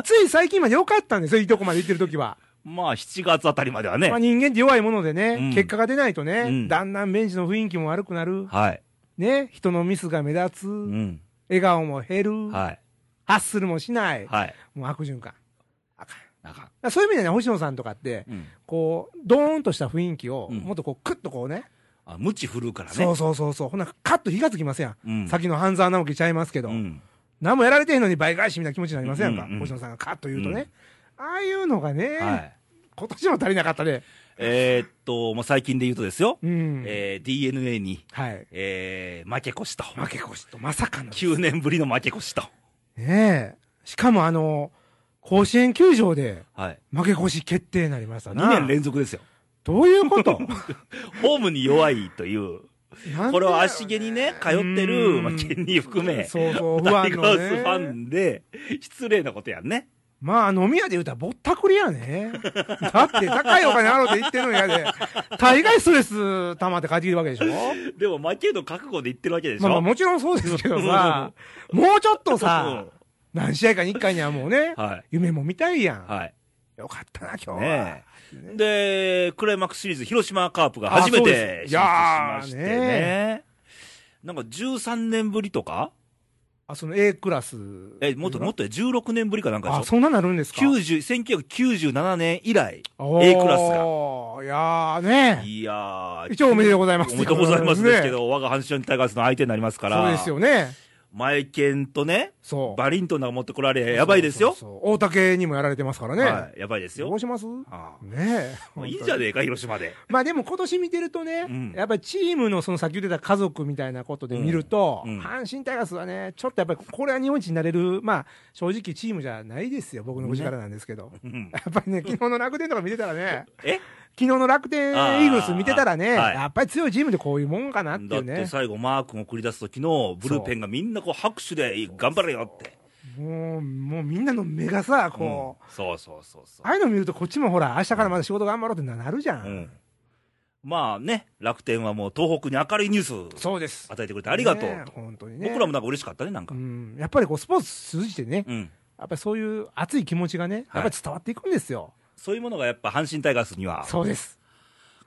S2: つい最近まで良かったんですよ、いいとこまで行ってる
S1: (laughs)
S2: 時は。
S1: まあ、7月あたりまでは
S2: まあ
S1: ね。
S2: 人間って弱いものでね、
S1: うん
S2: 結果が出ないとね、
S1: うん
S2: だんだんベンチの雰囲気も悪くなる。
S1: はい。
S2: ね、人のミスが目立つ。
S1: うん。
S2: 笑顔も減る、
S1: はい。
S2: ハッスルもしない、
S1: はい。
S2: もう悪循環。あかんだか
S1: なんか。
S2: らそういう意味ではね、星野さんとかって、
S1: うん。
S2: こう、ドーンとした雰囲気を、
S1: うん
S2: もっとこう、クッとこうね、
S1: あ、無知振るうからね。
S2: そうそうそうそう、ほんならカッと火がつきますやん。
S1: うん。
S2: さっきの半沢直樹ちゃいますけど、
S1: うん。
S2: 何もやられてへんのに倍返しみたいな気持ちになりませんやんか、
S1: うんうんうん
S2: 星野さんがカッと言うとね。ああいうのがね、
S1: はい。
S2: 今年も足りなかったで。
S1: えーっと、もう最近で言うとですよ。
S2: うん。
S1: えー、DNA に、
S2: はい。
S1: えー、負け越しと。
S2: 負け越しと、まさかの。ね
S1: 9年ぶりの負け越しと。
S2: え。しかもあの、甲子園球場で
S1: はい。
S2: 負け越し決定になりましたな。
S1: 2年連続ですよ。
S2: どういうこと
S1: ホームに弱いという。これは足毛にね、通ってる、まあ、ケ
S2: に
S1: ニー含め、
S2: そうそう、不
S1: タ
S2: 安
S1: イガ
S2: の
S1: ースファ
S2: ね。
S1: ンで、失礼なことやんね。
S2: まあ、飲み屋で言うたらぼったくりやね。 (laughs) だって高いお金払うて言ってるのやで。大概ストレス溜まって帰ってきてるわけでしょ
S1: でも負けの覚悟で言ってるわけでし
S2: まあまあ
S1: ょ。
S2: もちろんそうですけどさ、もうちょっとさ、何試合かに1回にはもうね、
S1: うんはい。
S2: 夢も見たいやん。
S1: はい。
S2: よかったな、今日は。
S1: ねえ。で、クライマックスシリーズ、広島カープが
S2: あ
S1: 初め
S2: そう
S1: て
S2: です
S1: 進出しまして
S2: いやー
S1: ね。なんか13年ぶりとか
S2: あ、その A クラス。
S1: え、もっともっと16年ぶりかなんか
S2: あ、
S1: でしょ
S2: そんななるんですか
S1: 90 ?1997 年以来。
S2: A
S1: A クラスが
S2: が。いやーね。
S1: いやー。
S2: 一応おめでとうございます。
S1: おめでとうございますですけ。ど、我が阪神タイガースの相手になりますから。
S2: そうですよね。
S1: マエケンとね、
S2: そう。
S1: バリントンなんか持ってこられ、やばいですよ。
S2: そうそうそう大竹にもやられてますからね。
S1: はい、やばいです
S2: ど
S1: よ
S2: う。します
S1: ああ
S2: ねえ。
S1: まあいいじゃ
S2: ん。
S1: ねえか、広島で。
S2: まあでも今年見てるとね、
S1: うん
S2: やっぱりチームのその先言ってた家族みたいなことで見ると、
S1: うんうん
S2: 阪神タイガースはね、ちょっとやっぱりこれは日本一になれる、まあ正直チームじゃないですよ、僕の口からなんですけど。
S1: うん
S2: やっぱりね、昨日の楽天とか見てたらね、
S1: え
S2: 昨日の楽天イーグルス見てたらね、
S1: あーはい
S2: やっぱり強いチームでこういうもんかなってい
S1: だ
S2: う
S1: って
S2: ね。
S1: 最後、マー君を繰り出すときのブルペンがみんなこう拍手で頑張れよって。
S2: もう、もうみんなの目がさ、こう、
S1: うんそうそうそうそう
S2: あ。あいうの見るとこっちもほら、明日からまた仕事頑張ろうってなるじゃん。
S1: うんまあね、楽天はもう東北に明るいニュース
S2: そうです。
S1: 与えてくれてありがとう。
S2: ね本当にね。
S1: 僕らもなんか嬉しかったね、なん
S2: う
S1: か。
S2: ん、やっぱりこうスポーツ通じてね、
S1: うん。
S2: やっぱりそういう熱い気持ちがね、
S1: はい
S2: やっぱり伝わっていくんですよ。
S1: そういうものがやっぱ阪神タイガースには、
S2: そうです。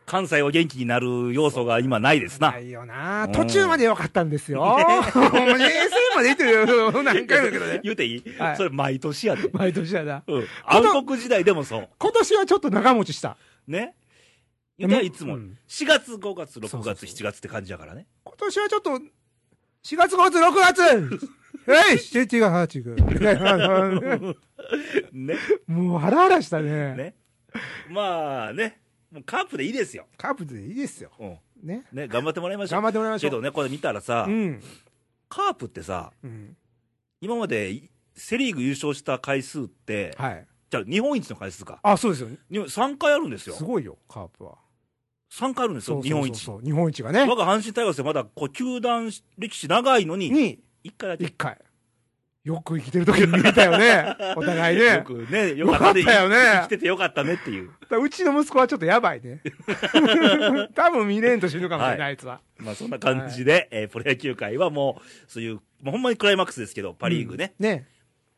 S1: 関西を元気になる要素が今ないですな
S2: な。いよな、
S1: うん
S2: 途中まで良かったんですよ。もう冷静まで言ってるよ、何回も言うけどね。
S1: (laughs) 言うていい、
S2: はい
S1: それ毎年やで。
S2: 毎年やな。
S1: うん。暗黒時代でもそう。
S2: 今年はちょっと長持ちした。
S1: ね。言うていつも、
S2: うん
S1: 4月、5月、6月、
S2: そうそうそう
S1: 7月って感じやから
S2: (laughs)
S1: ね。
S2: 今年はちょっと、4月、5月、6月えい !7 が8く。
S1: ね。
S2: もうハラハラしたね。
S1: ね。まあね。もうカープでいいですよ。
S2: カープでいいですよ。
S1: うん。
S2: ね。
S1: ね、頑張ってもらいましょう。
S2: 頑張ってもらいましょ
S1: け
S2: う。
S1: どね、これ見たらさ、
S2: うん。
S1: カープってさ、
S2: うん。
S1: 今までセ・リーグ優勝した回数って、
S2: はい。
S1: じゃあ日本一の回数か、
S2: あ、そうですよね。
S1: 日本3回あるんですよ
S2: す、ごいよ、カープは。
S1: 3回あるんですよ、日本一。
S2: そうそう日本一がね
S1: 我。が阪神タイガースでまだこう球団歴史長いのに、
S2: に、
S1: 1回だけ
S2: 1、回。よく生きてる時に
S1: (laughs)
S2: 見たよね。お互いね。
S1: よくね、よかったで
S2: よかったよね
S1: 生きててよかったねっていう、
S2: だからうちの息子はちょっとやばいね。 (laughs) 多分見れんと死ぬかもしれない、あいつは。
S1: まあ、そんな感じで、えープロ野球界はもう、そういう、まあ、ほんまにクライマックスですけど、パ・リーグね、
S2: ね。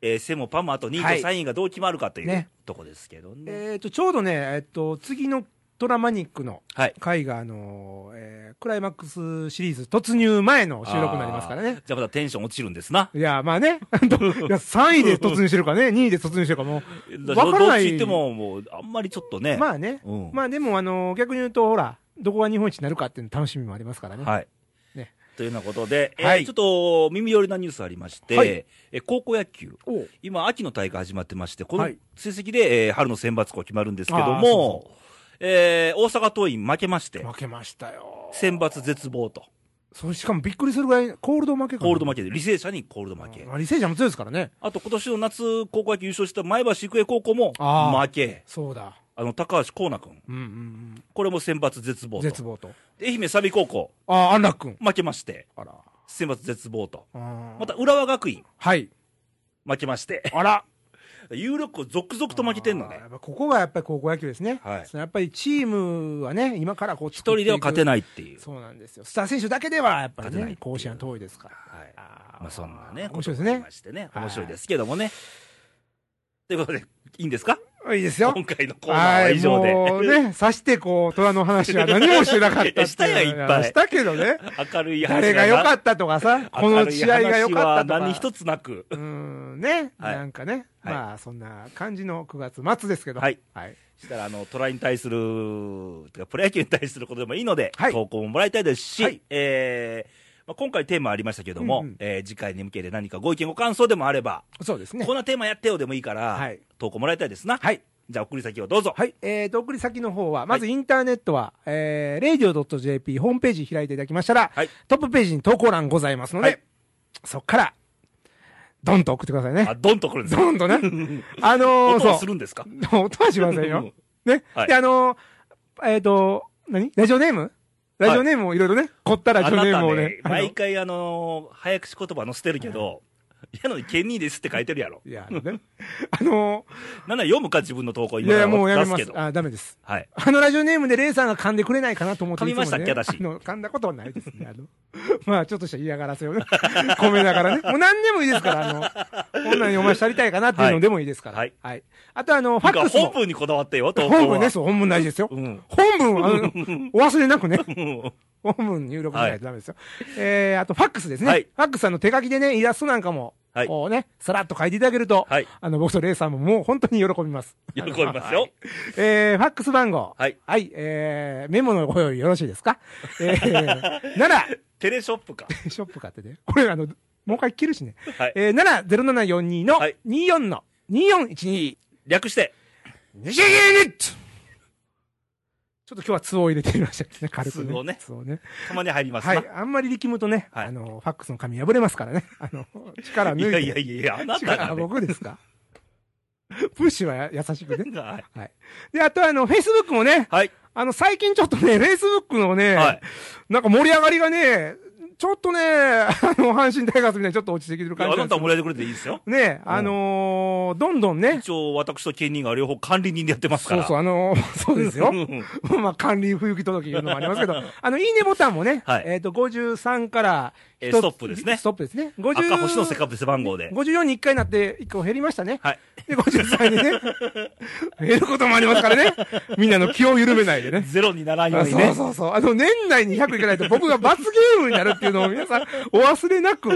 S1: えーセ・もパもあと2位と
S2: はい
S1: 3位がどう決まるかという、
S2: ね
S1: とこですけどね。
S2: えっ、と、ちょうどね、えっ、と、次のトラマニックの
S1: はい
S2: 回が、あのーえークライマックスシリーズ突入前の収録になりますからね
S1: あ。ーじゃあまたテンション落ちるんですな。
S2: いや、まあね。 (laughs) いや3位で突入してるかね、2位で突入してるかも
S1: ど
S2: う、わから
S1: どっ
S2: な
S1: ち
S2: い。
S1: 行っても、もう、あんまりちょっとね。
S2: まあね。
S1: うん
S2: まあでも、あのー逆に言うと、ほら、どこが日本一になるかっていうの楽しみもありますからね。
S1: はい。
S2: ね
S1: というようなことで、えー
S2: はい
S1: ちょっと耳寄りなニュースありまして、
S2: はい
S1: えー高校野球、
S2: おう
S1: 今、秋の大会始まってまして、この
S2: はい
S1: 成績で、えー春の選抜校決まるんですけど
S2: あーそう
S1: も、えー大阪桐蔭負けまして、
S2: 負けましたよ。
S1: 選抜絶望と、
S2: そうしかもびっくりするぐらい、コールド負けかな
S1: コールド負けで、履正社にコールド負け、
S2: まあ、履正社も強いですからね。
S1: あと今年の夏、高校野球優勝した前橋育英高校も
S2: あー
S1: 負け、
S2: そうだ。
S1: あの高橋光成君、
S2: うんうん
S1: これも選抜絶
S2: う
S1: 望
S2: ん。
S1: と、
S2: 絶望と。
S1: 愛媛サビ高校、
S2: ああ、安楽君。
S1: 負けまして、
S2: あら。
S1: 選抜絶望と、ま
S2: ま、
S1: た浦和学院、
S2: はい。
S1: 負けまして、 (laughs)
S2: あら。
S1: 有力校続々と負けてんの
S2: あー
S1: ね
S2: や。っぱここがやっぱり高校野球ですね。
S1: はい
S2: そのやっぱりチームはね、今からこう
S1: 一
S2: 一
S1: 人では勝て
S2: い
S1: ないっていう
S2: く。。そうなんですよ。スター選手だけではやっぱり
S1: 勝てないってい
S2: ね
S1: う、
S2: 甲子園は遠いですから。
S1: はい。
S2: あー
S1: まあそんなね、
S2: 面白い
S1: ことがあり
S2: ですね
S1: ま。してね、
S2: はい
S1: 面白いですけどもね。ということで、いいんですか
S2: いいですよ。
S1: 今回のコーナーは以上で。
S2: はいも
S1: (laughs)
S2: うね、さしてこう、虎の話は何もしてなかったっていう
S1: したやんいっぱい
S2: したけどね。
S1: 明るい話
S2: 誰が良か
S1: っ
S2: ったとかさ、この試合が良かったとか。
S1: 何一つなく。
S2: うーんね、
S1: はい
S2: なんかね、
S1: はい
S2: まあそんな感じの9月末ですけど、
S1: はい
S2: はい、
S1: したら、あの、トライに対する、てかプロ野球に対することでもいいので、
S2: はい
S1: 投稿ももらいたいですし、
S2: はい
S1: えーまあ、今回テーマありましたけども、
S2: うんうん
S1: えー次回に向けて何かご意見ご感想でもあれば、
S2: そうですね
S1: こ、んなテーマやってよでもいいから、
S2: はい
S1: 投稿もらいたいですな。
S2: はい
S1: じゃあ、送り先をどうぞ。
S2: はいえーと送り先の方は、まずインターネットは、えー、radio.jp ホームページ開いていただきましたら、
S1: はい
S2: トップページに投稿欄ございますので、
S1: はい
S2: そこから、ドンと送ってくださいね
S1: あ、。ドンと来るんですよ。
S2: ドン
S1: (laughs)
S2: とね、あのー、
S1: 音
S2: そ
S1: は
S2: う
S1: す、るんですか
S2: (laughs) 音はしませんよ。ね、
S1: はい
S2: で、あのー、えっ、と、何ラジオネームラジオネームをいろいろね、凝ったラ
S1: あ
S2: ジオ
S1: な
S2: ネー
S1: た
S2: ムを
S1: ね
S2: ね、、あの
S1: 毎回あのー、早口言葉載せてるけど、
S2: (laughs)
S1: やのに、ケニーですって書いてるやろ。
S2: いや、ね、 (laughs) あの
S1: なんなら読むか、自分の投稿、
S2: ー、い
S1: 今
S2: やいや、もうや
S1: 出
S2: め
S1: す
S2: ま
S1: け
S2: す
S1: ど。。
S2: あ、ダメです。
S1: はい。
S2: あのラジオネームでレイさんが噛んでくれないかなと思って
S1: 噛みましたっけ
S2: いつもね
S1: 私
S2: あの噛んだことはないですね。あのまあ、ちょっとした嫌がらせをね、 (laughs) 込めながらね。もう何でもいいですから、あの、こんなにお前したりたいかなっていうのでもいいですから。
S1: はい
S2: あと、あの、ファ
S1: なんか
S2: ックスも。
S1: 本文にこだわってよ、投稿は。
S2: 本文ね、そう、本文大事ですよ。
S1: うん。
S2: 本
S1: (laughs)
S2: 文は、あの、お忘れなくね。
S1: うん。 (laughs)
S2: 本文入力しないとダメですよ。えー、あと、ファックスですね。
S1: はい
S2: ファックスあの手書きでね、イラストなんかも、
S1: はい
S2: こうね、さらっと書いていただけると、
S1: はい
S2: あの、僕とレイさんももう本当に喜びます。
S1: 喜び
S2: (laughs)
S1: ますよ。
S2: えー、ファックス番号。
S1: はい。
S2: はい、えー、メモのご
S1: (laughs)
S2: 用意よろしいですかえー、なら、
S1: テレショップか。
S2: ショップ買ってね。これ、あの、もう一回切るしね。
S1: はい。
S2: えー、70742の
S1: はい
S2: 24の2412。
S1: 略して、
S2: 西ユニットちょっと今日は通を入れてみましたけどね、軽くね。
S1: 通をね
S2: 通をね。
S1: たまに入ります
S2: は
S1: な。
S2: い。あんまり力むとね、
S1: はい
S2: あの、ファックスの紙破れますからね。 (laughs) あの、力抜い
S1: い
S2: て。
S1: やいやいやいや、あなた
S2: 力
S1: が
S2: あ
S1: ね。
S2: 僕ですか (laughs) プッシュはや優しくね。
S1: はい
S2: はい。で、あとあの、Facebook もね、
S1: はい。
S2: あの、最近ちょっとね、Facebook のね、
S1: はい
S2: なんか盛り上がりがね、ちょっとね、あの、阪神タイガースみたいにちょっと落ちてきてる
S1: あ
S2: 感じなん
S1: な
S2: で
S1: たは
S2: すけ
S1: も
S2: ど
S1: らえてくれていいですよ。
S2: ね、あのーどんどんね、
S1: 一応、私と兼任が両方管理人でやってますか
S2: そう
S1: ら。
S2: そう、あのー (laughs) そうで
S1: (laughs)
S2: すよ。まあ、管理不行き届きいうのもありますけど、あの、いいねボタンもね、
S1: はい
S2: えっ、と、53から、
S1: えー
S2: 一つ
S1: ストップですね
S2: ストップですね。50
S1: 赤星のせっかく背番号で。
S2: 54に1回なって1個減りましたね。
S1: はい。
S2: で、53にね、
S1: (laughs)
S2: 減ることもありますからね。みんなの気を緩めないで
S1: (laughs)
S2: ね。
S1: ゼロにならんよ
S2: あ
S1: うにね。
S2: そうそうそう。あの、年内に100いかないと僕が罰ゲームになるっていうのを皆さんお忘れなく。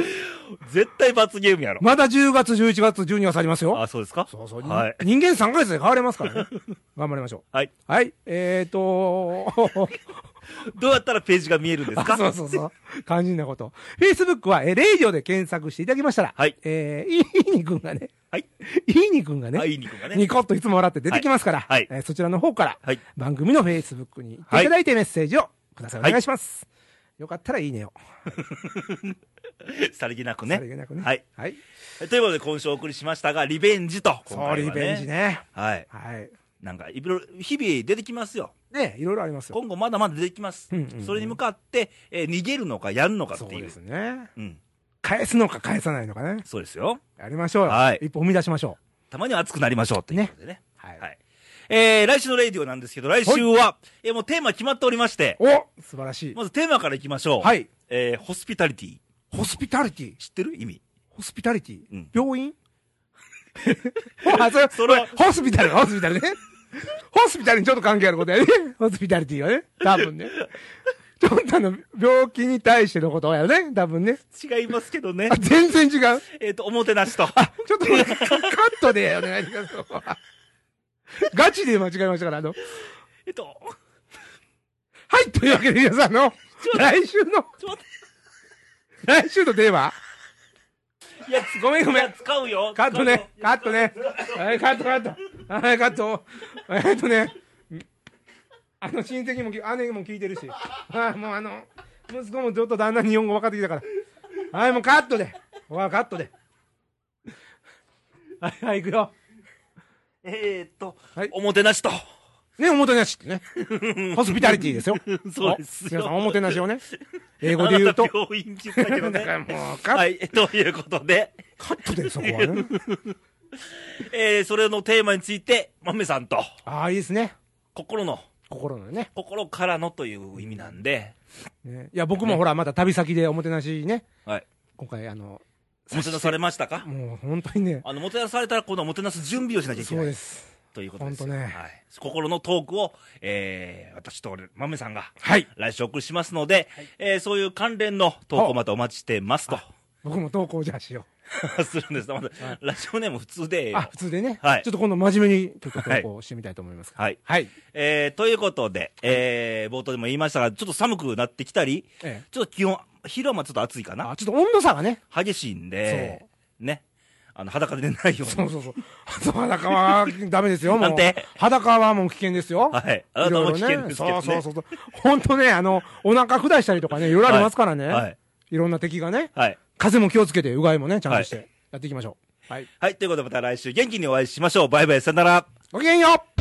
S1: 絶対罰ゲームやろ。
S2: まだ10月、11月、12月ありますよ。
S1: あ、そうですか
S2: そうそう。
S1: はい。
S2: 人間3ヶ月で変われますからね。頑張りましょう。
S1: はい。
S2: はい。え
S1: (laughs)
S2: ーと、
S1: どうやったらページが見えるんです
S2: あ
S1: か
S2: そうそうそう。肝心なこと。Facebook は、えー、レイジオで検索していただきましたら、
S1: はい
S2: えー、いいにくんがね、
S1: はい。
S2: いいにくんがね、
S1: はい、いい肉がね
S2: ニ。コッといつも笑って出てきますから、
S1: はい
S2: えーそちらの方から、
S1: はい
S2: 番組の Facebook に行っていただいてメッセージをください。
S1: はい
S2: お願いします。よかったらいいねを。
S1: さりげなく
S2: さり
S1: ね。
S2: げなくね。
S1: はい。
S2: はい。
S1: ということで、今週お送りしましたが、リベンジと。今
S2: そう、
S1: 回
S2: リ
S1: は
S2: ベンジ。ね。
S1: はい。
S2: はい。
S1: なんか、いろいろ、日々出てきますよ。
S2: ね、いろいろありますよ。
S1: 今後まだまだ出てきます
S2: うんうんう。ん
S1: それに向かって、えー逃げるのか、やるのか
S2: そう
S1: ってい
S2: で
S1: う
S2: す。ね。
S1: うん。
S2: 返すのか返さないのかね。
S1: そうですよ。
S2: やりましょうよ。
S1: はい
S2: 一歩踏み出しましょう。
S1: たまには熱くなりましょうということでね。
S2: はい。
S1: はい。えー、来週のレイディオなんですけど、来週は、えーもうテーマ決まっておりまして、
S2: お素晴らしい。
S1: まずテーマからいきましょう。
S2: は。い。
S1: えー、ホスピタリティ。
S2: ホスピタリティ。
S1: 知ってる意味。
S2: ホスピタリティ、
S1: うん
S2: 病院 (laughs) あ、それ、
S1: それは
S2: ホスピタル、ホスピタルね。ホスピタルにちょっと関係あることやね。ホスピタリティはね。多分ね。ちょっとあの、病気に対してのことやね。多分ね。
S1: 違いますけどね
S2: あ、。全然違う。
S1: (laughs) えっと、おもてなしと。
S2: ちょっとね、カカットでお願いします。ガチで間違えましたから、あの、
S1: えっと、
S2: はい、というわけで皆さん、あの、来週の、
S1: ちょっと待っ
S2: 来週のテーマ
S1: て。いや、
S2: ごめんごめん
S1: いや使うよ。
S2: カットね、カットね。はい、カットカット。はい、カット。えっとね、あの親戚もき、姉も聞いてるし、はい、もうあの、息子もちょっと旦那に日本語分かってきたから。はい、もうカットで。わカットで。はい、はい、行くよ。
S1: えーっと
S2: はい、
S1: おもてなしと。
S2: ね、おもてなしってね。ホスピタリティ (laughs) ですよ。
S1: そうですよ
S2: 皆さん、おもてなしをね、英語で言うと
S1: あ
S2: (laughs)
S1: な。た病院って言ったけど
S2: だから
S1: ね。
S2: もう、カ
S1: は
S2: ッ
S1: い、ということで、
S2: カットで、そこはね。
S1: えー、それのテーマについて、まめさんと、
S2: ああ、いいですね。
S1: 心の、
S2: 心のね。
S1: 心からのという意味なんで、
S2: ねいや、僕もほら、また旅先でおもてなしね、
S1: はい。
S2: 今回、あの、
S1: おもてなされましたか
S2: もう本当にね、
S1: あの、もてなされたら、今度はもてなす準備をしなきゃいけ
S2: そう
S1: な
S2: で
S1: い。
S2: す。
S1: ということです。
S2: ほんとね
S1: はい。心のトークを、えー、私と俺、まめさんが、
S2: はい。
S1: 来週お送りしますので、えー、そういう関連の投稿またお待ちしてますと。
S2: 僕も投稿じゃあしよ
S1: するんです。まだ、ラジオネーム普通でええ
S2: う。
S1: よ
S2: あ、普通でね。
S1: はい
S2: ちょっと今度真面目にちょっと投稿してみたいと思いますから。
S1: はい。
S2: はい。
S1: えー、ということで、えー、冒頭でも言いましたが、ちょっと寒くなってきたり、
S2: ええ
S1: ちょっと気温、昼間ちょっと暑いかな
S2: あ、。ちょっと温度差がね。
S1: 激しいんで、ね。あの、裸で寝ないよう
S2: そ
S1: に
S2: う。そうそう。あと裸はダメですよ、もう。
S1: なんて
S2: 裸はもう危険ですよ。
S1: はいあなたも危険ですけどね
S2: いろいろそうそうそうそう。本当ね、あの、お腹下したりとかね、いろいろありますからね。
S1: はいはい。
S2: いろんな敵がね。
S1: はい。
S2: 風も気をつけて、うがいもね、ちゃんとし
S1: は
S2: て、やっていきましょう。はい。
S1: はい。ということで、また来週元気にお会いしましょう。バイバイ、さよなら。
S2: ごきげんよう